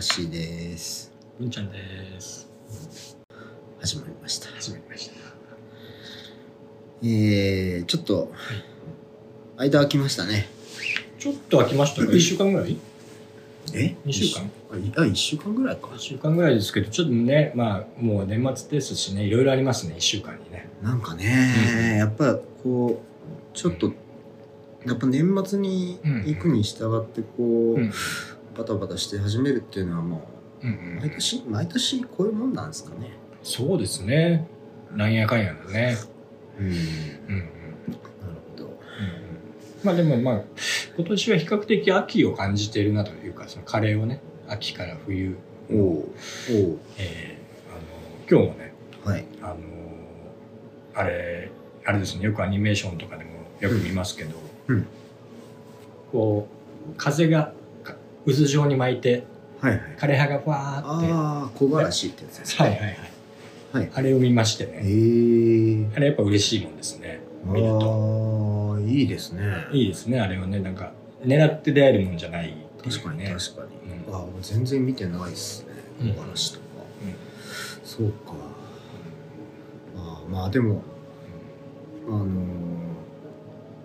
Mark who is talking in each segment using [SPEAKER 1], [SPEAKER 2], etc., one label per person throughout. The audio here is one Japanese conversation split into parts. [SPEAKER 1] しいです
[SPEAKER 2] 文ちゃんです。
[SPEAKER 1] 始まりました
[SPEAKER 2] 始まりました。
[SPEAKER 1] えー、ちょっと間空きましたね
[SPEAKER 2] ちょっと空きましたか
[SPEAKER 1] うん
[SPEAKER 2] 一週間ぐらい
[SPEAKER 1] え
[SPEAKER 2] 二週間
[SPEAKER 1] あいあ一週間ぐらいか
[SPEAKER 2] 一週間ぐらいですけど、ちょっとね、まあ、もう年末ですしね、いろいろありますね、一週間にね。
[SPEAKER 1] なんかね、
[SPEAKER 2] う
[SPEAKER 1] やっぱこうちょっと、やっぱ年末に行くに従ってこう、
[SPEAKER 2] うん。
[SPEAKER 1] バタバタして始めるっていうのはも
[SPEAKER 2] う
[SPEAKER 1] うん
[SPEAKER 2] う
[SPEAKER 1] 毎
[SPEAKER 2] ん。
[SPEAKER 1] 年毎年こういうもんなんですかね
[SPEAKER 2] そうですね。なんやかんやだね。
[SPEAKER 1] うんな
[SPEAKER 2] うんうん。うん
[SPEAKER 1] るほど
[SPEAKER 2] まあでもまあ、今年は比較的秋を感じているなというか、そのカレーをね、秋から冬、
[SPEAKER 1] おおお
[SPEAKER 2] えー、あの、今日もね、
[SPEAKER 1] うはい
[SPEAKER 2] あのーあれあれですねよくアニメーションとかでもよく見ますけど、
[SPEAKER 1] うんうん
[SPEAKER 2] こう風がか渦状に巻いて
[SPEAKER 1] はいはい
[SPEAKER 2] 枯葉がふわーっては
[SPEAKER 1] ああ木枯らしってやつです
[SPEAKER 2] いはいはい、
[SPEAKER 1] はい
[SPEAKER 2] あれを見まして
[SPEAKER 1] え
[SPEAKER 2] ね
[SPEAKER 1] ー、
[SPEAKER 2] あれやっぱ嬉しいもんですね見ると
[SPEAKER 1] ああいいですね
[SPEAKER 2] いいですねあれはねなんか狙って出会えるもんじゃないっていう
[SPEAKER 1] 確かに
[SPEAKER 2] ね
[SPEAKER 1] 確かに、
[SPEAKER 2] うん
[SPEAKER 1] ああ俺全然見てないっすね
[SPEAKER 2] うん
[SPEAKER 1] 木枯らしとか、
[SPEAKER 2] うん
[SPEAKER 1] そうかああまあでもあのー、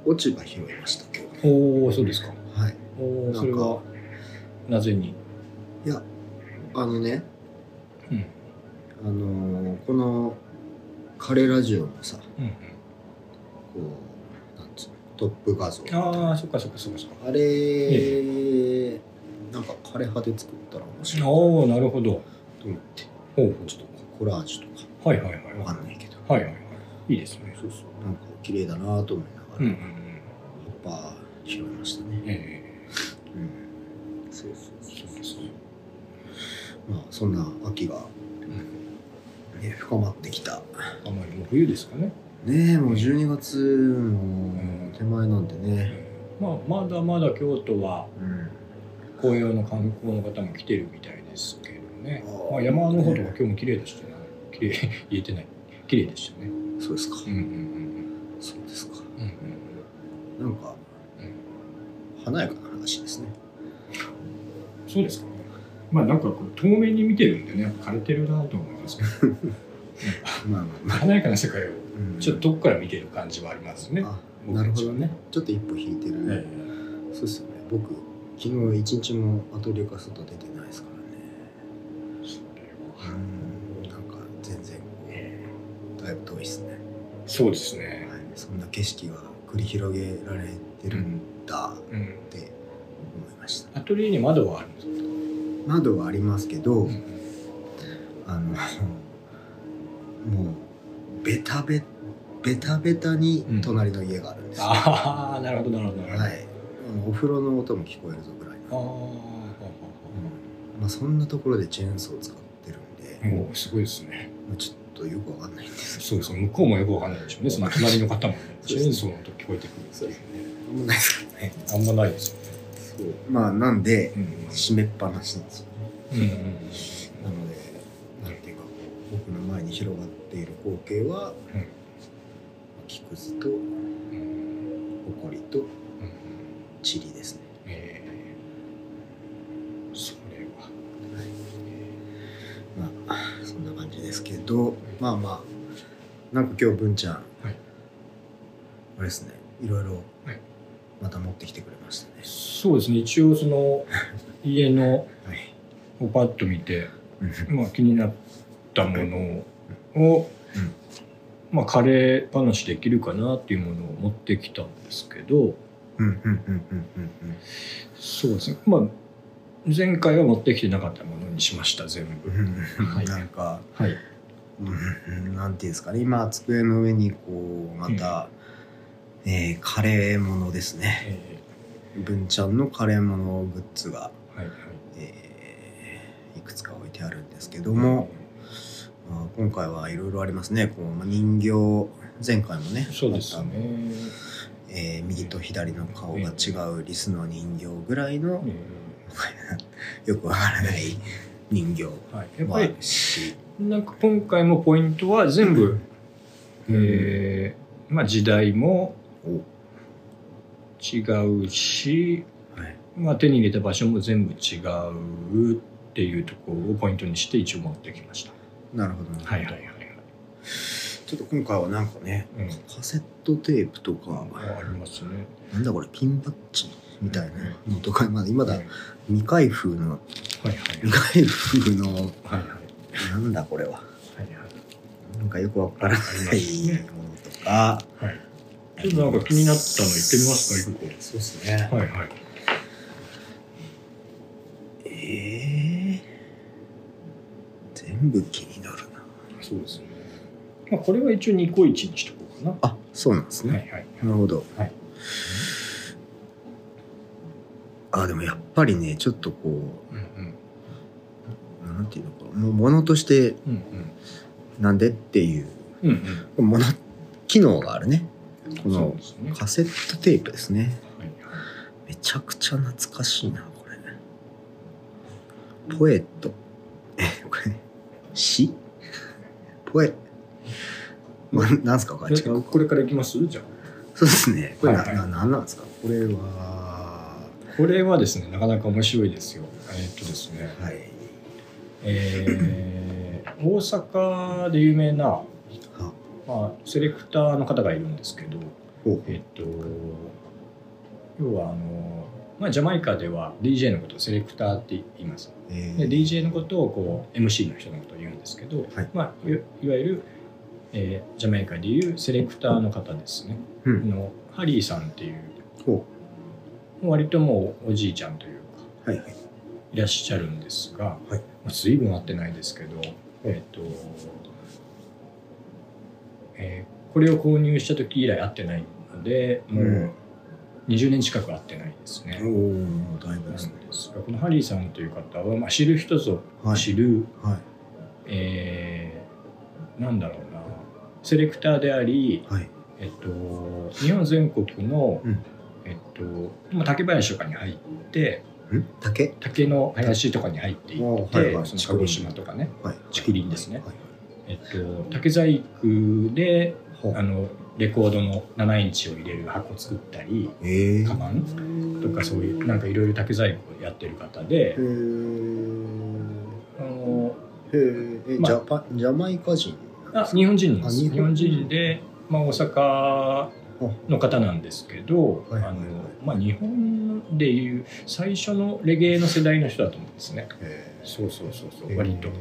[SPEAKER 1] 落ち葉拾いました今日
[SPEAKER 2] おおそうですか
[SPEAKER 1] はいなん
[SPEAKER 2] おお
[SPEAKER 1] か
[SPEAKER 2] それはなぜに
[SPEAKER 1] いやあのね
[SPEAKER 2] うん
[SPEAKER 1] あのーこのカレーラジオのさこ
[SPEAKER 2] うん
[SPEAKER 1] うなんつうのトップ画像
[SPEAKER 2] うんああそっかそっかそっかそっか
[SPEAKER 1] あれー、なんか枯葉で作ったら面白い
[SPEAKER 2] おおなるほど
[SPEAKER 1] と思って
[SPEAKER 2] ほう
[SPEAKER 1] ちょっとコラージュと
[SPEAKER 2] はいはいはい
[SPEAKER 1] かわかんないけど
[SPEAKER 2] はいはいはい。いいですね。
[SPEAKER 1] そうそうなんか綺麗だなと思いながら、
[SPEAKER 2] うんうんう
[SPEAKER 1] やっ
[SPEAKER 2] ん。
[SPEAKER 1] ぱ拾いましたね、
[SPEAKER 2] え
[SPEAKER 1] うん、そうそうそうそうまあそんな秋が、ね、深まってきた
[SPEAKER 2] えあまりもう冬ですかね。
[SPEAKER 1] ねえもう12月の手前なんでね、
[SPEAKER 2] まあまだまだ京都は
[SPEAKER 1] うん、
[SPEAKER 2] 紅葉の観光の方も来てるみたいですけどね
[SPEAKER 1] あ。ー
[SPEAKER 2] まあ山の方とか今日も綺麗でしたね。綺麗言えてない。綺麗でしたね。
[SPEAKER 1] そうですか、
[SPEAKER 2] うんうん
[SPEAKER 1] そうですか
[SPEAKER 2] うん
[SPEAKER 1] な
[SPEAKER 2] うん。うん
[SPEAKER 1] んか、華やかな話ですね
[SPEAKER 2] うん。そうですかね。まあなんかこう透明に見てるんでね、枯れてるなと思いますけど。
[SPEAKER 1] まあまあまあ、
[SPEAKER 2] 華やかな世界を
[SPEAKER 1] うん
[SPEAKER 2] ちょっとどこから見てる感じはありますね。
[SPEAKER 1] あ
[SPEAKER 2] 僕
[SPEAKER 1] なる
[SPEAKER 2] た
[SPEAKER 1] ほ
[SPEAKER 2] ち
[SPEAKER 1] ど
[SPEAKER 2] は
[SPEAKER 1] ね。ちょっと一歩引いてる、
[SPEAKER 2] え
[SPEAKER 1] そうですよね僕昨日一日もアトリエから外出てないですからね
[SPEAKER 2] えそれは
[SPEAKER 1] うんなんか全然
[SPEAKER 2] え
[SPEAKER 1] だいぶ遠いですね、
[SPEAKER 2] えそうですね
[SPEAKER 1] は。い、そんな景色が繰り広げられてるんだっ
[SPEAKER 2] うん。
[SPEAKER 1] て思いました
[SPEAKER 2] アトリエに窓はあるんですか、
[SPEAKER 1] 窓はありますけど、
[SPEAKER 2] ん、
[SPEAKER 1] あのもうベタベベタベタに隣の家があるんですよ、
[SPEAKER 2] ああなるほどなるほどなるほど、
[SPEAKER 1] はい、あのお風呂の音も聞こえるぞぐらい
[SPEAKER 2] あー
[SPEAKER 1] の、う
[SPEAKER 2] はは
[SPEAKER 1] ん
[SPEAKER 2] は
[SPEAKER 1] まあ、そんなところでチェーンソーを使ってるんで、
[SPEAKER 2] はもうすごいですね
[SPEAKER 1] まあ、ちょっとよくわかんないんです
[SPEAKER 2] そうですね向こうもよくわかんないでしょうね その隣の方もね
[SPEAKER 1] そう
[SPEAKER 2] チ
[SPEAKER 1] です
[SPEAKER 2] ェーンソーの音聞こえてくるっていうね
[SPEAKER 1] あんまないですけどね
[SPEAKER 2] あんまないですよ
[SPEAKER 1] そ
[SPEAKER 2] ね
[SPEAKER 1] うまあなんで
[SPEAKER 2] うん
[SPEAKER 1] 閉めっぱなしなんですよ
[SPEAKER 2] うんうんうん
[SPEAKER 1] なのでなんていうかこう僕の前に広がっている光景は、
[SPEAKER 2] うん
[SPEAKER 1] 木くずと
[SPEAKER 2] うん
[SPEAKER 1] ほこりと
[SPEAKER 2] うん
[SPEAKER 1] 塵ですね
[SPEAKER 2] えーそれは
[SPEAKER 1] まあそんな感じですけどまあまあなんか今日文ちゃん、
[SPEAKER 2] はい
[SPEAKER 1] あれですねいろいろ
[SPEAKER 2] はい
[SPEAKER 1] また持ってきてくれましたね
[SPEAKER 2] そうですね一応その家の
[SPEAKER 1] はい、
[SPEAKER 2] をパッと見て
[SPEAKER 1] うん
[SPEAKER 2] まあ、気になったものを、
[SPEAKER 1] うん
[SPEAKER 2] まあ、カレー話できるかなっていうものを持ってきたんですけど
[SPEAKER 1] うんうんうんうんうんうん
[SPEAKER 2] そうですね、まあ、前回は持ってきてなかったものにしました全部。
[SPEAKER 1] う
[SPEAKER 2] は
[SPEAKER 1] ん
[SPEAKER 2] い
[SPEAKER 1] なんか、
[SPEAKER 2] はい、
[SPEAKER 1] うんなんていうんですかね今机の上にこうまた、えーカレーものですね
[SPEAKER 2] え
[SPEAKER 1] 文ちゃんのカレーものグッズが、
[SPEAKER 2] ーはいはい
[SPEAKER 1] えーいくつか置いてあるんですけども、まあ今回はいろいろありますねこうまあ人形前回もね
[SPEAKER 2] そうです
[SPEAKER 1] あ
[SPEAKER 2] ね
[SPEAKER 1] っ、たえー右と左の顔が違うリスの人形ぐらいの
[SPEAKER 2] え
[SPEAKER 1] よくわからない人形
[SPEAKER 2] ーはい、やっ
[SPEAKER 1] も
[SPEAKER 2] ぱ
[SPEAKER 1] あ
[SPEAKER 2] り
[SPEAKER 1] るし、
[SPEAKER 2] なんか今回もポイントは全部、えーまあ、時代も違うし、
[SPEAKER 1] はい
[SPEAKER 2] まあ、手に入れた場所も全部違うっっていうところをポイントにして一応持ってきました。
[SPEAKER 1] なるほど、ね
[SPEAKER 2] はいはいはいはい。
[SPEAKER 1] ちょっと今回はなんかね、
[SPEAKER 2] うん
[SPEAKER 1] カセットテープとか、
[SPEAKER 2] ありますね。
[SPEAKER 1] なんだこれ、ピンバッジみたいなのとか、まだ今だ未開封の、
[SPEAKER 2] はいはい
[SPEAKER 1] 未開封の、
[SPEAKER 2] はいはい
[SPEAKER 1] なんだこれは。
[SPEAKER 2] はいはい。
[SPEAKER 1] なんかよくわからないものとか。
[SPEAKER 2] はいちょっとなんか気になったの言ってみますか、一
[SPEAKER 1] そうですね
[SPEAKER 2] 個。。はいはい。
[SPEAKER 1] ええ全部気になるな。
[SPEAKER 2] そうですね。まあ、これは一応ニコイチにしとこうか
[SPEAKER 1] あ、そうなんです
[SPEAKER 2] な。
[SPEAKER 1] ね。
[SPEAKER 2] はいはい。
[SPEAKER 1] なるほど。
[SPEAKER 2] はい
[SPEAKER 1] あ、でもやっぱりね、ちょっとこ
[SPEAKER 2] うんうん。
[SPEAKER 1] う、なんていうのかな、もう物として
[SPEAKER 2] うん
[SPEAKER 1] なんでっていう、
[SPEAKER 2] うん。うん
[SPEAKER 1] 物、機能があるね。
[SPEAKER 2] うん。
[SPEAKER 1] こ
[SPEAKER 2] そう
[SPEAKER 1] の
[SPEAKER 2] ですね。
[SPEAKER 1] カセットテープですね。
[SPEAKER 2] はい
[SPEAKER 1] めちゃくちゃ懐かしいな、これ。ポエット。え、これ、詩ポエ、ま、なんすかこれ違う。
[SPEAKER 2] これからいきますじゃあ。
[SPEAKER 1] そうですね。これな、
[SPEAKER 2] はいはい
[SPEAKER 1] ななんなんですかこれは、
[SPEAKER 2] これはですね、なかなか面白いですよ。えーっとですね、
[SPEAKER 1] はい。
[SPEAKER 2] えー大阪で有名な、
[SPEAKER 1] あ
[SPEAKER 2] まあ、セレクターの方がいるんですけど、
[SPEAKER 1] ほう
[SPEAKER 2] えーっと、要はあの、まあ、ジャマイカでは DJ のことをセレクターって言います。
[SPEAKER 1] え
[SPEAKER 2] で DJ のことをこう MC の人のことを言うんですけど、
[SPEAKER 1] はい
[SPEAKER 2] まあ、いわいわゆる、えージャマイカでいうセレクターの方ですね、
[SPEAKER 1] うん
[SPEAKER 2] のハリーさんっていう
[SPEAKER 1] ほ
[SPEAKER 2] 割ともうおじいちゃんというか
[SPEAKER 1] う。はいはい。
[SPEAKER 2] いらっしゃるんですが、
[SPEAKER 1] はい
[SPEAKER 2] まあ、随分会ってないですけど、えっとえーこれを購入した時以来会ってないのでもう20年近く会ってないですね。
[SPEAKER 1] おお、だいぶですね。
[SPEAKER 2] このハリーさんという方は、まあ、知る人ぞ
[SPEAKER 1] はい。
[SPEAKER 2] 知る、
[SPEAKER 1] は
[SPEAKER 2] えーなんだろうなセレクターであり、
[SPEAKER 1] い。はい。
[SPEAKER 2] えっと、日本全国の、
[SPEAKER 1] うん
[SPEAKER 2] えっと、まあ竹林とかに入って
[SPEAKER 1] ん竹
[SPEAKER 2] 竹の林とかに入っていって、
[SPEAKER 1] おーはいはい
[SPEAKER 2] その鹿児島とかね、
[SPEAKER 1] はい。
[SPEAKER 2] 竹林ですね
[SPEAKER 1] はい。
[SPEAKER 2] えっと、竹細工で
[SPEAKER 1] ほ
[SPEAKER 2] あ
[SPEAKER 1] う。
[SPEAKER 2] のレコードの7インチを入れる箱作ったり
[SPEAKER 1] ええ。
[SPEAKER 2] カバンとかそういうなんかいろいろ竹細工をやってる方で
[SPEAKER 1] へ、
[SPEAKER 2] あの
[SPEAKER 1] ーへーえ、
[SPEAKER 2] まあ
[SPEAKER 1] ジャパン、ジャマイカ人
[SPEAKER 2] あ日本人なんで
[SPEAKER 1] あ
[SPEAKER 2] す
[SPEAKER 1] 日
[SPEAKER 2] 日
[SPEAKER 1] 本
[SPEAKER 2] 本
[SPEAKER 1] 人
[SPEAKER 2] 人で、まあ、大阪の方なんですけど、
[SPEAKER 1] はいはいは
[SPEAKER 2] あ
[SPEAKER 1] い
[SPEAKER 2] のまあ、日本でいう最初のレゲエの世代の人だと思うんですね
[SPEAKER 1] へ
[SPEAKER 2] そうそうそうそ
[SPEAKER 1] ー
[SPEAKER 2] う割と
[SPEAKER 1] へー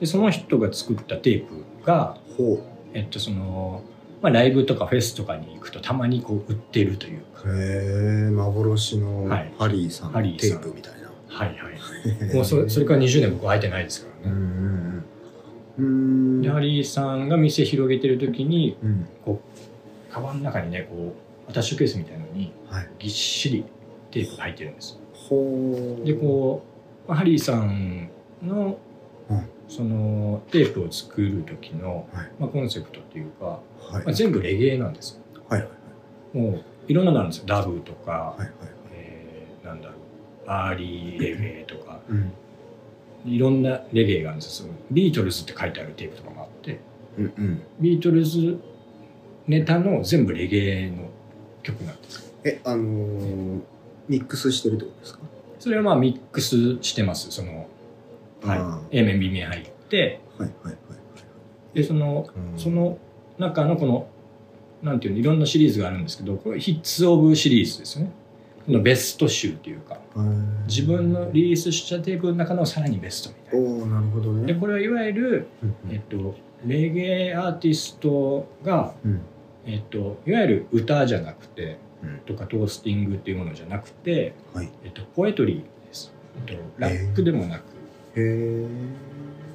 [SPEAKER 2] でその人が作ったテープが、
[SPEAKER 1] ほう。
[SPEAKER 2] えっとそのまあ、ライブとかフェスとかに行くとたまにこう売ってるというか、
[SPEAKER 1] へえ幻の
[SPEAKER 2] はい
[SPEAKER 1] ハリーさんの
[SPEAKER 2] ハリー
[SPEAKER 1] テ
[SPEAKER 2] さ
[SPEAKER 1] ー
[SPEAKER 2] ん
[SPEAKER 1] プみたいな、
[SPEAKER 2] はいはい もうそれそれから20年僕会えてないですか
[SPEAKER 1] う
[SPEAKER 2] らね、
[SPEAKER 1] んうんうんうーん
[SPEAKER 2] でハリーさんが店広げてる時に
[SPEAKER 1] うん
[SPEAKER 2] カバンの中にねこうアタッシュケースみたいのに
[SPEAKER 1] はい
[SPEAKER 2] ぎっしりテープが入ってるんです
[SPEAKER 1] ほう
[SPEAKER 2] でこうハリーさんの、
[SPEAKER 1] うん
[SPEAKER 2] そのテープを作る時の、
[SPEAKER 1] はい
[SPEAKER 2] まあ、コンセプトっていうか、
[SPEAKER 1] うはい
[SPEAKER 2] まあ、全部レゲエなんですよ
[SPEAKER 1] はいはい
[SPEAKER 2] もういろんなのあるんですよダブとか、
[SPEAKER 1] はいはい
[SPEAKER 2] えーなんだろうアーリーレゲエとか
[SPEAKER 1] うん
[SPEAKER 2] いろんなレゲエがあるんですよそのビートルズって書いてあるテープとかもあって
[SPEAKER 1] うんうん
[SPEAKER 2] ビートルズネタの全部レゲエの曲なんですよ
[SPEAKER 1] えあのー、ミックスしてるってことですか
[SPEAKER 2] それはまあミックスしてますその、
[SPEAKER 1] あ
[SPEAKER 2] はい、A 面 B 面入って
[SPEAKER 1] ーはいはいはい
[SPEAKER 2] でその
[SPEAKER 1] はい
[SPEAKER 2] その中のこの、なんていうの、いろんなシリーズがあるんですけど、これヒッツ・オブ・シリーズですよね。このベスト集というか、
[SPEAKER 1] うん
[SPEAKER 2] 自分のリリースしたテープの中のさらにベストみたいな。
[SPEAKER 1] おおなるほど
[SPEAKER 2] で、
[SPEAKER 1] ね
[SPEAKER 2] これはいわゆる、
[SPEAKER 1] うん
[SPEAKER 2] えっと、レゲエアーティストが、
[SPEAKER 1] うん
[SPEAKER 2] えっと、いわゆる歌じゃなくて
[SPEAKER 1] うん、
[SPEAKER 2] とかトースティングっていうものじゃなくて、
[SPEAKER 1] はい
[SPEAKER 2] えっと、ポエトリーです。えっと、ラップでもなく、
[SPEAKER 1] へえ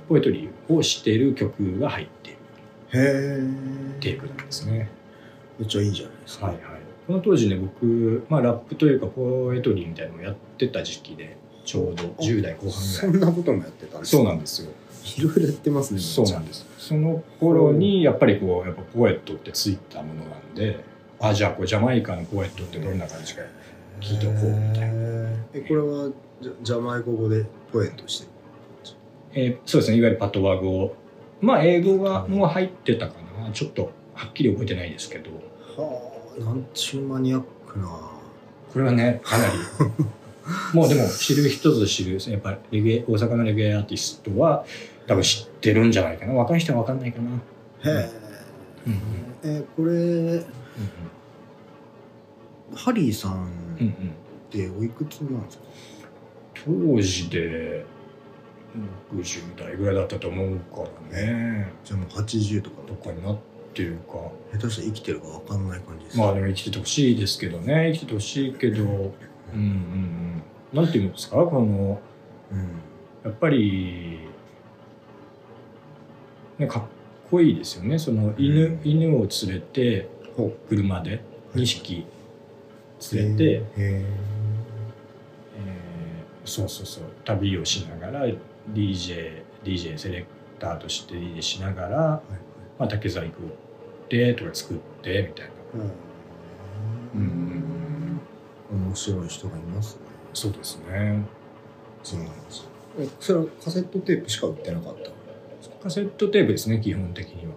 [SPEAKER 2] ポエトリーをしてる曲が入っている
[SPEAKER 1] へ
[SPEAKER 2] テ
[SPEAKER 1] え
[SPEAKER 2] ープなんですね。
[SPEAKER 1] めっちゃいいじゃないですか
[SPEAKER 2] はいはい、この当時ね僕、まあ、ラップというかポエトリーみたいなのをやってた時期でちょうど10代後
[SPEAKER 1] そ
[SPEAKER 2] 半ぐら
[SPEAKER 1] んなこともやってたん
[SPEAKER 2] い
[SPEAKER 1] です
[SPEAKER 2] そうなんんですよ
[SPEAKER 1] いろいろやってますね
[SPEAKER 2] そうなんですその頃にやっぱりこうやっぱポエットってついたものなんであじゃあこうジャマイカのポエットってどんな感じか聞いとこうみたい
[SPEAKER 1] えこれはジャジャマイカ語でポエトしてる
[SPEAKER 2] えーそうですねいわゆるパトワ語まあ英語がもう入ってたかなちょっとはっきり覚えてないですけど
[SPEAKER 1] はあなんちゅうマニアックな
[SPEAKER 2] これはねかなり もうでも知る人ぞ知る、やっぱレゲエ大阪のレゲエアーティストは多分知ってるんじゃないかな。若い人は分かんないかな。
[SPEAKER 1] へ
[SPEAKER 2] うんうん
[SPEAKER 1] ええこれハリーさん
[SPEAKER 2] うんうんうん
[SPEAKER 1] っておいくつなんですか、
[SPEAKER 2] 当時で60代ぐらいだったと思うからね。
[SPEAKER 1] じゃあもう80とか
[SPEAKER 2] とかになってるか。
[SPEAKER 1] 下手したら生きてるか分かんない感じです
[SPEAKER 2] まあ
[SPEAKER 1] ね
[SPEAKER 2] でも生きててほしいですけどね。生きててほしいけど、うんうんうん。なんていうんですかこの、
[SPEAKER 1] うん
[SPEAKER 2] やっぱり、ね、かっこいいですよねその犬,、
[SPEAKER 1] うん
[SPEAKER 2] 犬を連れて車で2匹連れて、
[SPEAKER 1] へえ
[SPEAKER 2] えーそうそうそう旅をしながら DJ, DJ セレクターとして DJ しながら、まあ、竹細工でとか作ってみたいな
[SPEAKER 1] う
[SPEAKER 2] うんん
[SPEAKER 1] 面白い人がいますね
[SPEAKER 2] そうですね
[SPEAKER 1] そうなんですよえそれはカセットテープしか売ってなかった
[SPEAKER 2] カセットテープですね基本的には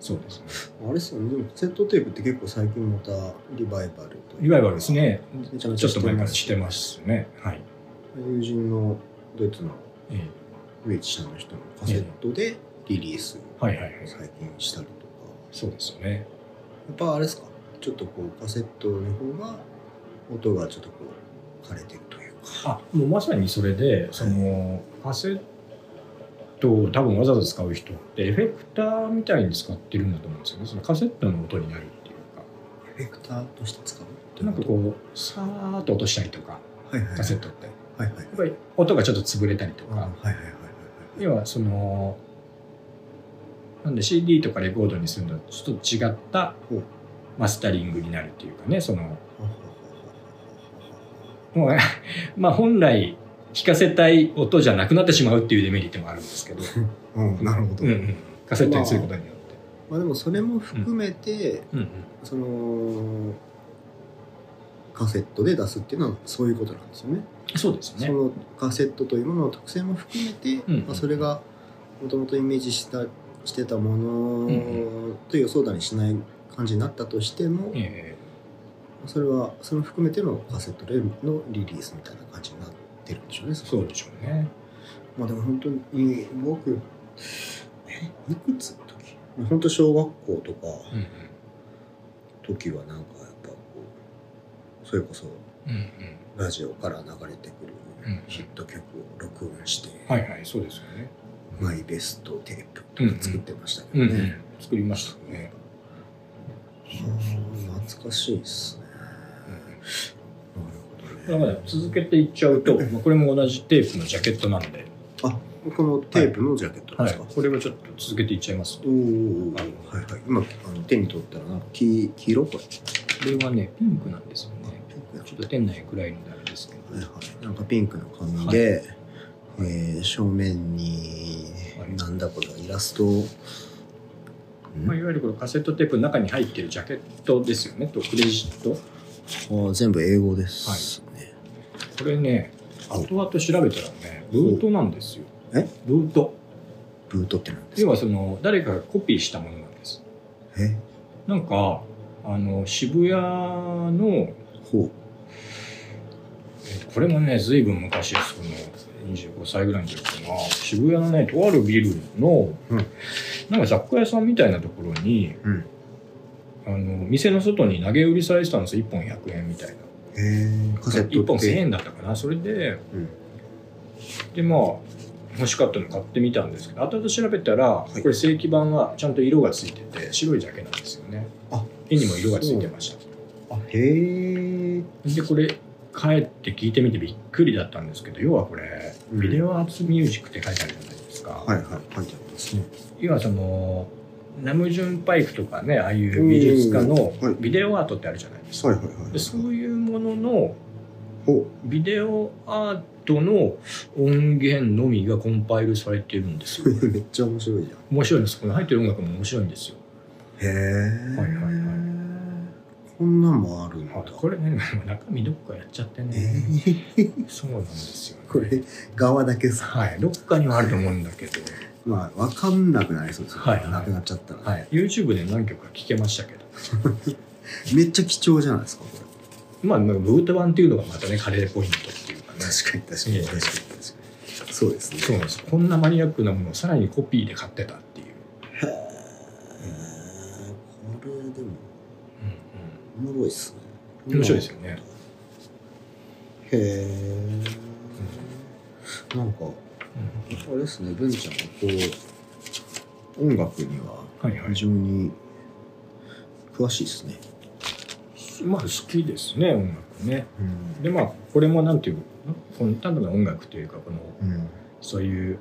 [SPEAKER 2] そうですね
[SPEAKER 1] あれですよねでもカセットテープって結構最近またリバイバルというか
[SPEAKER 2] いわゆるですね
[SPEAKER 1] めち
[SPEAKER 2] ち
[SPEAKER 1] ゃ
[SPEAKER 2] ょ
[SPEAKER 1] めちゃ
[SPEAKER 2] っと前から
[SPEAKER 1] し
[SPEAKER 2] してて
[SPEAKER 1] ま
[SPEAKER 2] ますすねはい、
[SPEAKER 1] 友人のドイツの
[SPEAKER 2] えー
[SPEAKER 1] ミュージシャンの人のカセットでリリース
[SPEAKER 2] はいはいはい
[SPEAKER 1] 最近したりとか
[SPEAKER 2] そうですよね
[SPEAKER 1] やっぱあれですかちょっとこうカセットの方が音がちょっとこう枯れてるというか
[SPEAKER 2] あもうまさにそれでそのカセットを多分わざわざ使う人ってエフェクターみたいに使ってるんだと思うんですよねそのカセットの音になるっていう
[SPEAKER 1] エフェクターとして使うって
[SPEAKER 2] かなんかこうさーっと落としたりとか
[SPEAKER 1] はいはい
[SPEAKER 2] カセットってや
[SPEAKER 1] はいはい
[SPEAKER 2] っぱり音がちょっと潰れたりと
[SPEAKER 1] あはい
[SPEAKER 2] か
[SPEAKER 1] はいはいはいはい
[SPEAKER 2] 要はそのなんで CD とかレコードにするのとちょっと違った
[SPEAKER 1] ほう
[SPEAKER 2] マスタリングになるっていうかねその
[SPEAKER 1] ほうほうほ
[SPEAKER 2] もう まあ本来聞かせたい音じゃなくなってしまうっていうデメリットもあるんですけど
[SPEAKER 1] うほううんなるほど、
[SPEAKER 2] うんうん、カセットにすることによって。
[SPEAKER 1] まあでもそれも含めて、
[SPEAKER 2] うんうん、
[SPEAKER 1] そのカセットで出すっていうのはそういうことなんですよね
[SPEAKER 2] そうです
[SPEAKER 1] そ
[SPEAKER 2] ね。
[SPEAKER 1] のカセットというものの特性も含めて、
[SPEAKER 2] うん
[SPEAKER 1] まあ、それがもともとイメージしたしてたも
[SPEAKER 2] ん
[SPEAKER 1] のと予想だにしない感じになったとしても、
[SPEAKER 2] え
[SPEAKER 1] それはその含めてのカセットでのリリースみたいな感じになってるんでしょうね
[SPEAKER 2] え
[SPEAKER 1] そこ
[SPEAKER 2] そうでしょうね。
[SPEAKER 1] まあでも本当に僕えいくつの時本当小学校とか
[SPEAKER 2] うんうん
[SPEAKER 1] 時はなんかやっぱこうそれこそ
[SPEAKER 2] うん
[SPEAKER 1] ラジオから流れてくる
[SPEAKER 2] うん
[SPEAKER 1] ヒット曲を録音して、
[SPEAKER 2] うん、はいはい、そうですよね。
[SPEAKER 1] マイベストテープとか作ってましたけ
[SPEAKER 2] うん
[SPEAKER 1] ど
[SPEAKER 2] う
[SPEAKER 1] ね、
[SPEAKER 2] ん、作りましたね。
[SPEAKER 1] はあ懐かしいっすねなるほ
[SPEAKER 2] だか
[SPEAKER 1] ど
[SPEAKER 2] ら
[SPEAKER 1] ね
[SPEAKER 2] 続けていっちゃうと、まあ、これも同じテープのジャケットなんで、
[SPEAKER 1] あこのテープのジャケットで
[SPEAKER 2] は
[SPEAKER 1] す
[SPEAKER 2] い
[SPEAKER 1] か、、
[SPEAKER 2] これはちょっと続けていっちゃいますと。
[SPEAKER 1] おーはいはい、今あの手に取ったらなんか黄黄色これ
[SPEAKER 2] これはね、ピンクなんですよね。
[SPEAKER 1] ピンクや
[SPEAKER 2] ちょっと店内暗いのであれですけ
[SPEAKER 1] はい
[SPEAKER 2] ど、
[SPEAKER 1] はい、なんかピンクの紙で、えー正面に、
[SPEAKER 2] はい
[SPEAKER 1] なんだこれはイラストを、ん
[SPEAKER 2] まあ、いわゆるこのカセットテープの中に入ってるジャケットですよね、とクレジット。
[SPEAKER 1] あー全部英語ですね、
[SPEAKER 2] これね、後々調べたらね、ブートなんですよ。
[SPEAKER 1] え
[SPEAKER 2] ブート。
[SPEAKER 1] ブートってなんです
[SPEAKER 2] 要
[SPEAKER 1] か
[SPEAKER 2] はその誰かがコピーしたものなんです
[SPEAKER 1] え
[SPEAKER 2] なんかあの渋谷の
[SPEAKER 1] ほ
[SPEAKER 2] えっとこれもね随分昔その25歳ぐらいの時かな渋谷のねとあるビルの、
[SPEAKER 1] うん
[SPEAKER 2] なんか雑貨屋さんみたいなところに
[SPEAKER 1] ううん
[SPEAKER 2] あの店の外に投げ売りされてたんですよ1本100円みたいな
[SPEAKER 1] えー、カセッ
[SPEAKER 2] 1
[SPEAKER 1] ト
[SPEAKER 2] 本
[SPEAKER 1] っ
[SPEAKER 2] 1000
[SPEAKER 1] て
[SPEAKER 2] 円だったかなそれで
[SPEAKER 1] うん
[SPEAKER 2] でまあ欲しかったの買ってみたんですけど後々調べたら、
[SPEAKER 1] い
[SPEAKER 2] これ正規版はちゃんと色がついてて白いだけなんですよね
[SPEAKER 1] あ
[SPEAKER 2] 絵にも色がついてました
[SPEAKER 1] あへえ
[SPEAKER 2] でこれ帰って聞いてみてびっくりだったんですけど要はこれ「
[SPEAKER 1] うん
[SPEAKER 2] ビデオアーツミュージック」って書いてあるじゃないですか、
[SPEAKER 1] はいはい書いてありますね
[SPEAKER 2] 要はそのナムジュンパイクとかねああいう美術家の
[SPEAKER 1] うんはい
[SPEAKER 2] ビデオアートってあるじゃないですか、
[SPEAKER 1] はいはいはい
[SPEAKER 2] でそういうものの
[SPEAKER 1] ほ
[SPEAKER 2] ビデオアートの音源のみがコンパイルされてるんですよ
[SPEAKER 1] うめっちゃ面白いじゃん
[SPEAKER 2] 面白いんですこの入ってる音楽も面白いんですよ
[SPEAKER 1] へえ、
[SPEAKER 2] はいはいはい
[SPEAKER 1] こんなんもあるんだ、
[SPEAKER 2] これね中身どっかやっちゃってね
[SPEAKER 1] えー、
[SPEAKER 2] そうなんですよね、
[SPEAKER 1] これ側だけさ
[SPEAKER 2] はいどっかにはあると思うんだけど
[SPEAKER 1] まあ分かんなくなりそうですよ、
[SPEAKER 2] はいはい
[SPEAKER 1] なくなっちゃったら、
[SPEAKER 2] はい、YouTube で何曲か聴けましたけど、
[SPEAKER 1] めっちゃ貴重じゃないですかこれ
[SPEAKER 2] まあ、ブート版っていうのがまたね、カレーポイントっていうか
[SPEAKER 1] 確かに確かに確かに確かにそうですね
[SPEAKER 2] そうなんですこんなマニアックなものをさらにコピーで買ってたっていう、
[SPEAKER 1] へえこれでもおもろいっすね
[SPEAKER 2] 面白いですよね
[SPEAKER 1] へえなんかあれですね文ちゃんはこう音楽には
[SPEAKER 2] はいは
[SPEAKER 1] 非常に詳しいですね、
[SPEAKER 2] いまあ好きですね音楽ねでまあこれもなんていうのこの単なる音楽というかこの
[SPEAKER 1] うん、うん、
[SPEAKER 2] そういう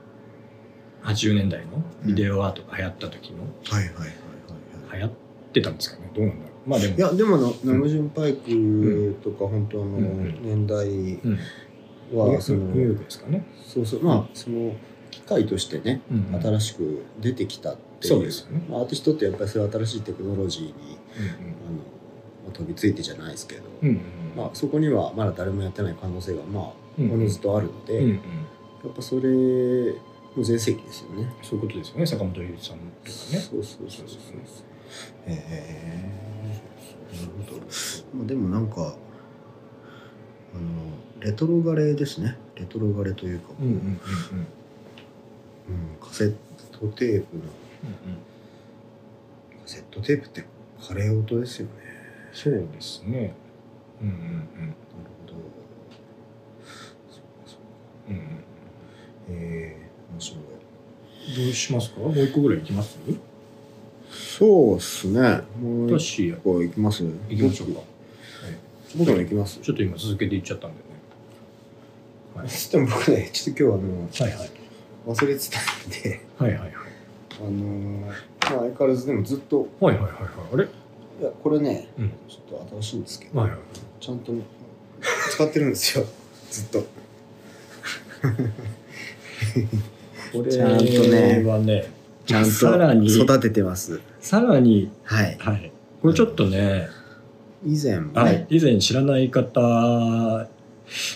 [SPEAKER 2] 80年代のビデオアートが流行った時の、
[SPEAKER 1] はいはいはいはいは
[SPEAKER 2] 流行ってたんですかねどうなんだろうまあでも
[SPEAKER 1] いいやでもなナムジュンパイクとか本当あの
[SPEAKER 2] うんうん
[SPEAKER 1] 年代
[SPEAKER 2] うん、ニュ
[SPEAKER 1] はそ
[SPEAKER 2] ーヨ
[SPEAKER 1] の
[SPEAKER 2] ークですかね、
[SPEAKER 1] そうそうまあその機械としてね
[SPEAKER 2] うんうん
[SPEAKER 1] 新しく出てきたってい
[SPEAKER 2] そう
[SPEAKER 1] う
[SPEAKER 2] ですよね、
[SPEAKER 1] まあアーティストってやっぱりそういう新しいテクノロジーにあのまあ飛びついてじゃないですけど、
[SPEAKER 2] うんうん
[SPEAKER 1] まあ、そこにはまだ誰もやってない可能性がまあ
[SPEAKER 2] うん
[SPEAKER 1] おのずとあるので、
[SPEAKER 2] うんう
[SPEAKER 1] や
[SPEAKER 2] ん、
[SPEAKER 1] っぱそれも全盛期ですよね。
[SPEAKER 2] そういうことですよね坂本龍一さんとかね
[SPEAKER 1] そうそうそうそうそう。へえ。なるほど。まあでもなんかあのレトロガレですね。レトロガレというか、
[SPEAKER 2] うんうんうんうん
[SPEAKER 1] うんカセットテープのカセットテープってカレー音ですよね。
[SPEAKER 2] そうですねうんうんうん
[SPEAKER 1] なるほど。そうかそうか。
[SPEAKER 2] うんうん
[SPEAKER 1] ええ面白い。
[SPEAKER 2] どうしますかもう一個ぐらいいきます
[SPEAKER 1] そうっすね。もう一
[SPEAKER 2] 私行
[SPEAKER 1] 個行きます
[SPEAKER 2] きましょうか
[SPEAKER 1] 僕僕の行きます
[SPEAKER 2] ちょっと今続けていっちゃったんだよね
[SPEAKER 1] でも僕ね、ちょっと今日
[SPEAKER 2] はいはい
[SPEAKER 1] あの、忘れてたんで、
[SPEAKER 2] はいはいはい
[SPEAKER 1] あのー、まあ相変わらずでもずっと、
[SPEAKER 2] はいはいはいあれ
[SPEAKER 1] いや、これね、
[SPEAKER 2] うん
[SPEAKER 1] ちょっと新しいんですけど、
[SPEAKER 2] はいはい
[SPEAKER 1] ちゃんとね使ってるんですよ、 ずっと。
[SPEAKER 2] こ
[SPEAKER 1] ちゃんとね
[SPEAKER 2] はね
[SPEAKER 1] ちゃん
[SPEAKER 2] さら
[SPEAKER 1] と
[SPEAKER 2] に
[SPEAKER 1] 育ててます。
[SPEAKER 2] さらに
[SPEAKER 1] はい。
[SPEAKER 2] はいこれちょっとね、
[SPEAKER 1] 以前もね、
[SPEAKER 2] はい、以前知らない方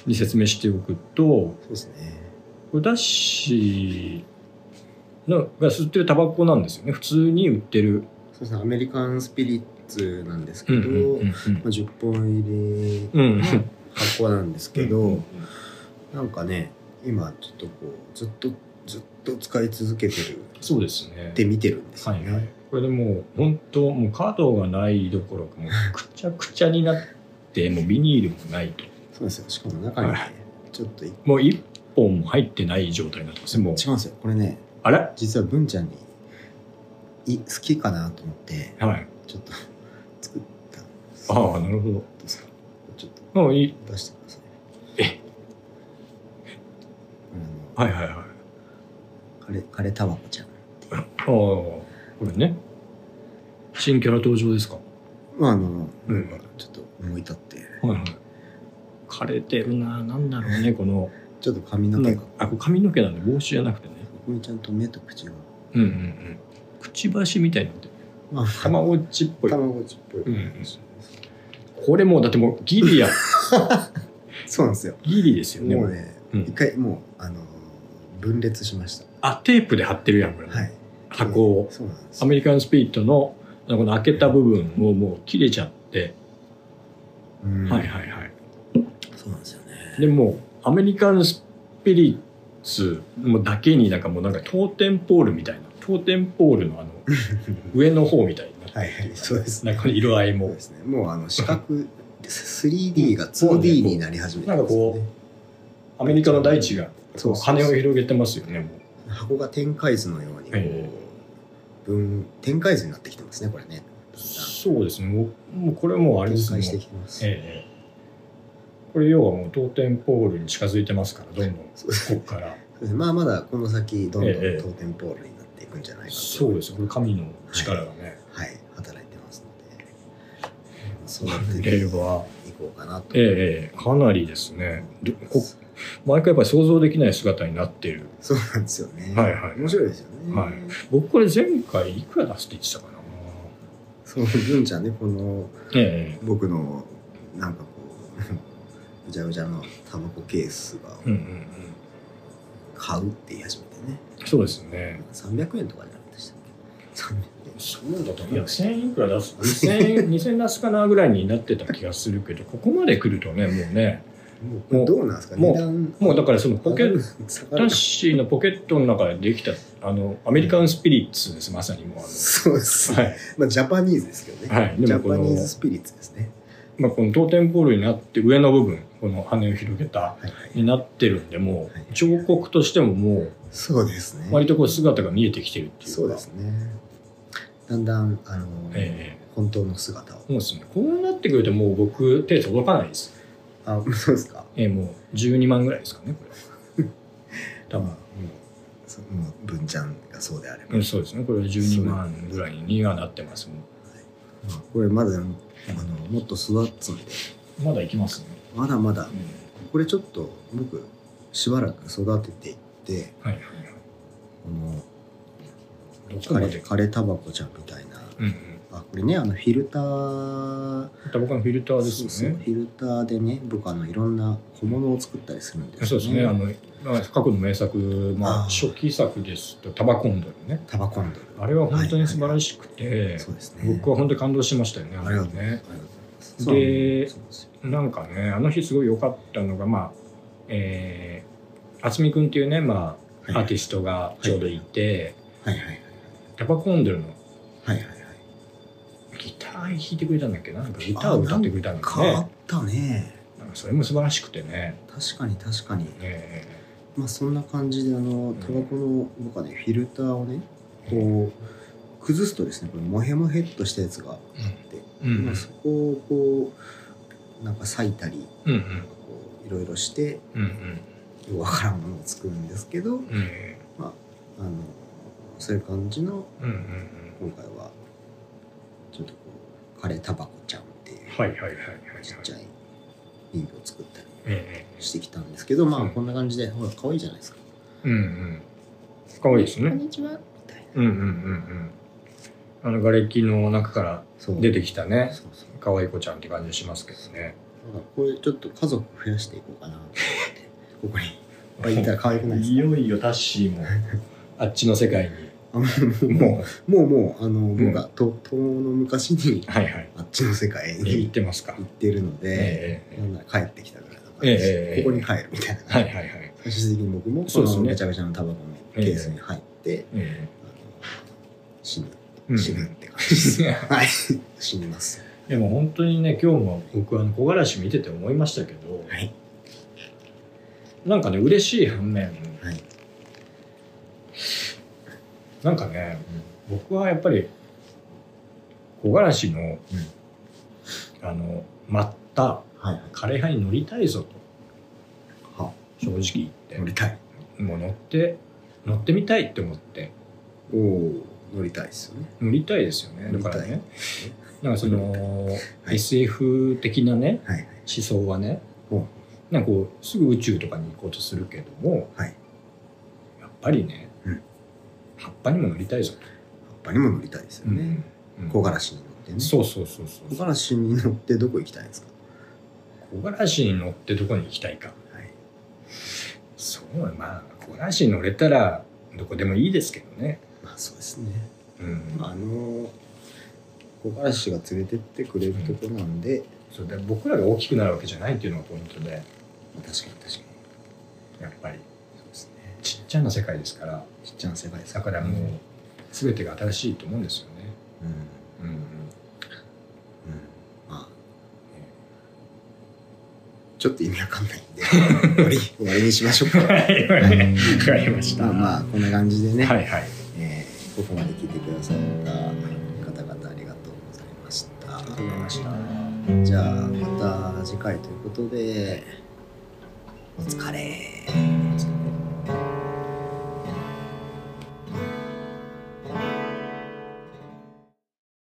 [SPEAKER 2] に説明しておくと
[SPEAKER 1] そうですね。
[SPEAKER 2] これダッシーのが吸ってるタバコなんですよね普通に売ってる、
[SPEAKER 1] そうですね、アメリカンスピリッツなんですけ
[SPEAKER 2] うん
[SPEAKER 1] ど、
[SPEAKER 2] うんうん
[SPEAKER 1] まあ、10本入り
[SPEAKER 2] うんうん
[SPEAKER 1] の箱なんですけど、
[SPEAKER 2] うん
[SPEAKER 1] なんかね今ちょっとこうずっとずっと使い続けてる
[SPEAKER 2] そうですね
[SPEAKER 1] って見てるんですよ
[SPEAKER 2] はい
[SPEAKER 1] ね、
[SPEAKER 2] はい、これでもう本当もうカードがないどころかもうくちゃくちゃになってもうビニールもないと
[SPEAKER 1] そうですよしかも中にね、
[SPEAKER 2] は
[SPEAKER 1] ちょっとい違
[SPEAKER 2] もう一本も入ってない状態になってますねも
[SPEAKER 1] うん
[SPEAKER 2] う
[SPEAKER 1] ですよこれね
[SPEAKER 2] あれは
[SPEAKER 1] 実は文ちゃんにい好きかなと思って
[SPEAKER 2] い
[SPEAKER 1] ちょっと作ったんですどう
[SPEAKER 2] ああなるほど
[SPEAKER 1] ですかちょっと
[SPEAKER 2] もういい
[SPEAKER 1] 出してください
[SPEAKER 2] え
[SPEAKER 1] あの
[SPEAKER 2] はいはいはい
[SPEAKER 1] カレカレタバコちゃん
[SPEAKER 2] ああこれね新キャラ登場ですか
[SPEAKER 1] まああの、
[SPEAKER 2] うん
[SPEAKER 1] ちょっと思い立って
[SPEAKER 2] はいはい枯れてるななんだろうね この
[SPEAKER 1] ちょっと髪の
[SPEAKER 2] な
[SPEAKER 1] 毛
[SPEAKER 2] ん
[SPEAKER 1] が
[SPEAKER 2] かあこれ髪の毛なんで帽子じゃなくてね
[SPEAKER 1] 文ちゃんと目と口が
[SPEAKER 2] うんうんうんくちばしみたいになってる
[SPEAKER 1] まあ
[SPEAKER 2] たまごっちっぽい
[SPEAKER 1] 卵っぽい、
[SPEAKER 2] うんうんこれもうだってもうギリや
[SPEAKER 1] そうなんですよ
[SPEAKER 2] ギリですよね
[SPEAKER 1] もうね、
[SPEAKER 2] うん
[SPEAKER 1] 一回もうあの分裂しました。
[SPEAKER 2] あテープで貼ってるやんこれ、
[SPEAKER 1] はい。
[SPEAKER 2] 箱を
[SPEAKER 1] そうなんです
[SPEAKER 2] ア。メリカンスピリットのこの開けた部分をもう切れちゃって、
[SPEAKER 1] うん
[SPEAKER 2] はいはいはい
[SPEAKER 1] そうなんですよね。
[SPEAKER 2] でもうアメリカンスピリッツもだけになんかもうなんかトーテンポールみたいなトーテンポール のあの上の方みたいになって
[SPEAKER 1] はいはいそうですね。
[SPEAKER 2] なんか色合い
[SPEAKER 1] そう
[SPEAKER 2] も
[SPEAKER 1] ですね。もうあの視覚 3D が 2D になり始めてますよね
[SPEAKER 2] なんアメリカの大地が
[SPEAKER 1] そうそうそう
[SPEAKER 2] 羽を広げてますよねもう
[SPEAKER 1] 箱が展開図のようにこ
[SPEAKER 2] え
[SPEAKER 1] う分展開図になってきてますねこれね。
[SPEAKER 2] そうですねもうもうこれもうあ
[SPEAKER 1] だ
[SPEAKER 2] れ
[SPEAKER 1] んだん展
[SPEAKER 2] ですね
[SPEAKER 1] 開してきてます。
[SPEAKER 2] ええこれ要はもうトーテンポールに近づいてますからどんどんこ
[SPEAKER 1] そうですね
[SPEAKER 2] こから
[SPEAKER 1] そうですねまあまだこの先どんどん
[SPEAKER 2] え
[SPEAKER 1] ト
[SPEAKER 2] え
[SPEAKER 1] ーテンポールになっていくんじゃないかと。
[SPEAKER 2] そうですよこれ神の力がね
[SPEAKER 1] はい働いてますので。そうなって
[SPEAKER 2] 令
[SPEAKER 1] いこ
[SPEAKER 2] 和
[SPEAKER 1] うかなと。
[SPEAKER 2] ええええかなりですねでこ毎回やっぱり想像できない姿になっている
[SPEAKER 1] そうなんですよね。
[SPEAKER 2] はいはい
[SPEAKER 1] 面白いですよね。
[SPEAKER 2] はい僕これ前回いくら出して言ってたかな
[SPEAKER 1] その文ちゃんね、この
[SPEAKER 2] ええ
[SPEAKER 1] 僕のなんかこう、うじゃうじゃのタバコケースが
[SPEAKER 2] うんうんうん
[SPEAKER 1] 買うって言い始めてね、
[SPEAKER 2] そうですね
[SPEAKER 1] 300円とかじゃなくてしたっけ ?300
[SPEAKER 2] そうだといや1000いくら出す2000 2000出すかなぐらいになってた気がするけどここまで来るとねもうね
[SPEAKER 1] 円。もうどうなんですか
[SPEAKER 2] もう
[SPEAKER 1] 値段
[SPEAKER 2] もうだからそのポケット
[SPEAKER 1] 下
[SPEAKER 2] タ
[SPEAKER 1] が
[SPEAKER 2] ッ
[SPEAKER 1] る
[SPEAKER 2] シーのポケットの中でできたあのアメリカンスピリッツですまさにもうあ
[SPEAKER 1] そうです、
[SPEAKER 2] のはい、
[SPEAKER 1] まあジャパニーズですけどね、
[SPEAKER 2] はい
[SPEAKER 1] ジ
[SPEAKER 2] で
[SPEAKER 1] ャ
[SPEAKER 2] もこ
[SPEAKER 1] パ
[SPEAKER 2] の
[SPEAKER 1] ニーズスピリッツですね
[SPEAKER 2] まあ、この当店ポールになって上の部分この羽を広げた
[SPEAKER 1] はいはい
[SPEAKER 2] になってるんでも
[SPEAKER 1] はいう
[SPEAKER 2] 彫刻としてもも
[SPEAKER 1] そうですね
[SPEAKER 2] う割とこう姿が見えてきてるっていうか
[SPEAKER 1] そうですねだんだんあの、
[SPEAKER 2] え
[SPEAKER 1] 本当の姿を
[SPEAKER 2] えもうですねこうなってくるともう僕手届かないです
[SPEAKER 1] あそうですか
[SPEAKER 2] ええもう12万ぐらいですかねこれ多分
[SPEAKER 1] まあそもう文ちゃんがそうであれば、
[SPEAKER 2] うんそうですねこれは12万ぐらいにはなってますも
[SPEAKER 1] まあこれまだあのもっと育つんで
[SPEAKER 2] うまだいきますね、
[SPEAKER 1] まだまだ
[SPEAKER 2] うん
[SPEAKER 1] これちょっと僕しばらく育てていって
[SPEAKER 2] はいはいは
[SPEAKER 1] この
[SPEAKER 2] いど
[SPEAKER 1] 枯
[SPEAKER 2] こま
[SPEAKER 1] れ
[SPEAKER 2] で
[SPEAKER 1] 枯れタバコちゃんみたいな
[SPEAKER 2] うんうん
[SPEAKER 1] あこれねあのフィルター
[SPEAKER 2] タバコのフィルターですよね
[SPEAKER 1] そうそうフィルターでね僕あのいろんな小物を作ったりするんです
[SPEAKER 2] そうですね、あの、まあ過去の名作、まあ、
[SPEAKER 1] あー
[SPEAKER 2] 初期作ですと、タバコンドルね。
[SPEAKER 1] タバコンドル
[SPEAKER 2] あれは本当に素晴らしくて、
[SPEAKER 1] そうですね
[SPEAKER 2] 僕は本当に感動しましたよね、あ
[SPEAKER 1] あ
[SPEAKER 2] れ
[SPEAKER 1] りが
[SPEAKER 2] は
[SPEAKER 1] とうございま
[SPEAKER 2] ね
[SPEAKER 1] す。
[SPEAKER 2] そうで
[SPEAKER 1] そうなんですよ
[SPEAKER 2] なんかね、あの日すごい良かったのが、まあ、えー、渥美くんっていうね、まあ、アーティストがちょうどいて、
[SPEAKER 1] はいはいはい
[SPEAKER 2] タバコンドルの
[SPEAKER 1] はいはいはい
[SPEAKER 2] ギター弾いてくれたんだっけな、なんかギターを歌ってくれたんだよ
[SPEAKER 1] 変わ
[SPEAKER 2] ね
[SPEAKER 1] っ。たね
[SPEAKER 2] なんかそれも素晴らしくてね。
[SPEAKER 1] 確かに確かに
[SPEAKER 2] え
[SPEAKER 1] まあそんな感じであのタバコの僕はねフィルターをね
[SPEAKER 2] ー
[SPEAKER 1] こう崩すとですねこれモヘモヘっとしたやつが
[SPEAKER 2] うんうん
[SPEAKER 1] まあそこをこうなんか裂いたり
[SPEAKER 2] うんう
[SPEAKER 1] なん
[SPEAKER 2] ん
[SPEAKER 1] かこういろいろして
[SPEAKER 2] うんうん
[SPEAKER 1] よくわからんものを作るんですけど
[SPEAKER 2] うんうん
[SPEAKER 1] あのそういう感じの
[SPEAKER 2] うんうん
[SPEAKER 1] 今回はちょっとこうカレータバコちゃんっていう
[SPEAKER 2] はいはいはいはいはい。
[SPEAKER 1] ちっちゃい瓶を作ったり
[SPEAKER 2] ええ
[SPEAKER 1] してきたんですけどまあ
[SPEAKER 2] うん
[SPEAKER 1] こんな感じでほら可愛いじゃないですか。
[SPEAKER 2] うんうん。可愛いです
[SPEAKER 1] こん
[SPEAKER 2] ね。
[SPEAKER 1] にちはみたいな。
[SPEAKER 2] うんうんうんうん。あの瓦礫の中から
[SPEAKER 1] そう
[SPEAKER 2] 出てきたね、
[SPEAKER 1] そうそう
[SPEAKER 2] 可愛い子ちゃんって感じしますけどね。
[SPEAKER 1] なんかこれちょっと家族増やしていこうかなと思ってここにいっぱいいたら可愛くないですか
[SPEAKER 2] よいよタッシーも あっちの世界
[SPEAKER 1] あもう
[SPEAKER 2] に。も
[SPEAKER 1] もうもうあの
[SPEAKER 2] ん
[SPEAKER 1] 僕はと遠の昔に
[SPEAKER 2] うはいはい。
[SPEAKER 1] あっちの世界
[SPEAKER 2] え言っ
[SPEAKER 1] に
[SPEAKER 2] てますか
[SPEAKER 1] 行。ってるので、
[SPEAKER 2] えええ
[SPEAKER 1] なんなら帰ってきたぐらいだから、
[SPEAKER 2] ええ
[SPEAKER 1] ここに帰るみたいな、
[SPEAKER 2] えはいはいはい。
[SPEAKER 1] 最終的に僕も
[SPEAKER 2] そうですね
[SPEAKER 1] このめちゃめちゃのタバコのケースに入って、
[SPEAKER 2] え
[SPEAKER 1] あの死ぬ
[SPEAKER 2] えうん
[SPEAKER 1] 死ぬって感じ です、
[SPEAKER 2] いや
[SPEAKER 1] はい死にます
[SPEAKER 2] でも本当にね今日も僕あの木枯らし見てて思いましたけど、
[SPEAKER 1] はい
[SPEAKER 2] なんかね嬉しい反面
[SPEAKER 1] はい、
[SPEAKER 2] なんかね僕はやっぱり木枯らしの、あのまった
[SPEAKER 1] はいはい
[SPEAKER 2] 枯れ葉に乗りたいぞと
[SPEAKER 1] は
[SPEAKER 2] 正直言って
[SPEAKER 1] 乗りたい
[SPEAKER 2] もう乗って乗ってみたいって思って
[SPEAKER 1] おお乗りたいですよね
[SPEAKER 2] 乗りたいですよねだから
[SPEAKER 1] 乗り
[SPEAKER 2] ねなんかその、
[SPEAKER 1] はい
[SPEAKER 2] SF 的なね
[SPEAKER 1] はいはい
[SPEAKER 2] 思想はね、
[SPEAKER 1] うん
[SPEAKER 2] なんかこうすぐ宇宙とかに行こうとするけども、
[SPEAKER 1] はい
[SPEAKER 2] やっぱりね、
[SPEAKER 1] うん
[SPEAKER 2] 葉っぱにも乗りたいぞと、
[SPEAKER 1] 葉っぱにも乗りたいですよね、
[SPEAKER 2] うん
[SPEAKER 1] 木枯らしに乗ってね
[SPEAKER 2] そうそうそうそう
[SPEAKER 1] 木枯らしに乗ってどこ行きたいんですか
[SPEAKER 2] 木枯らしに乗ってどこに行きたいか
[SPEAKER 1] はい
[SPEAKER 2] そうまあ木枯らしに乗れたらどこでもいいですけどね、
[SPEAKER 1] まあそうですね
[SPEAKER 2] うん
[SPEAKER 1] あの木枯らしが連れてってくれるとこなんで、
[SPEAKER 2] それで僕らが大きくなるわけじゃないっていうのがポイントで
[SPEAKER 1] まあ、確かに確かに
[SPEAKER 2] やっぱり
[SPEAKER 1] そうですね
[SPEAKER 2] ちっちゃな世界ですから
[SPEAKER 1] ちっちゃな世界です
[SPEAKER 2] だからもう全てが新しいと思うんですよね、
[SPEAKER 1] うん、うん
[SPEAKER 2] うん うん、
[SPEAKER 1] まあちょっと意味わかんないんで終わり終わりにしましょう か
[SPEAKER 2] はいはいわかりました
[SPEAKER 1] まあまあこんな感じでね、
[SPEAKER 2] はいはい
[SPEAKER 1] えーここまで聞いてくださった方々ありがとうございました
[SPEAKER 2] ありがとうございました
[SPEAKER 1] じゃあまた次回ということでお疲れ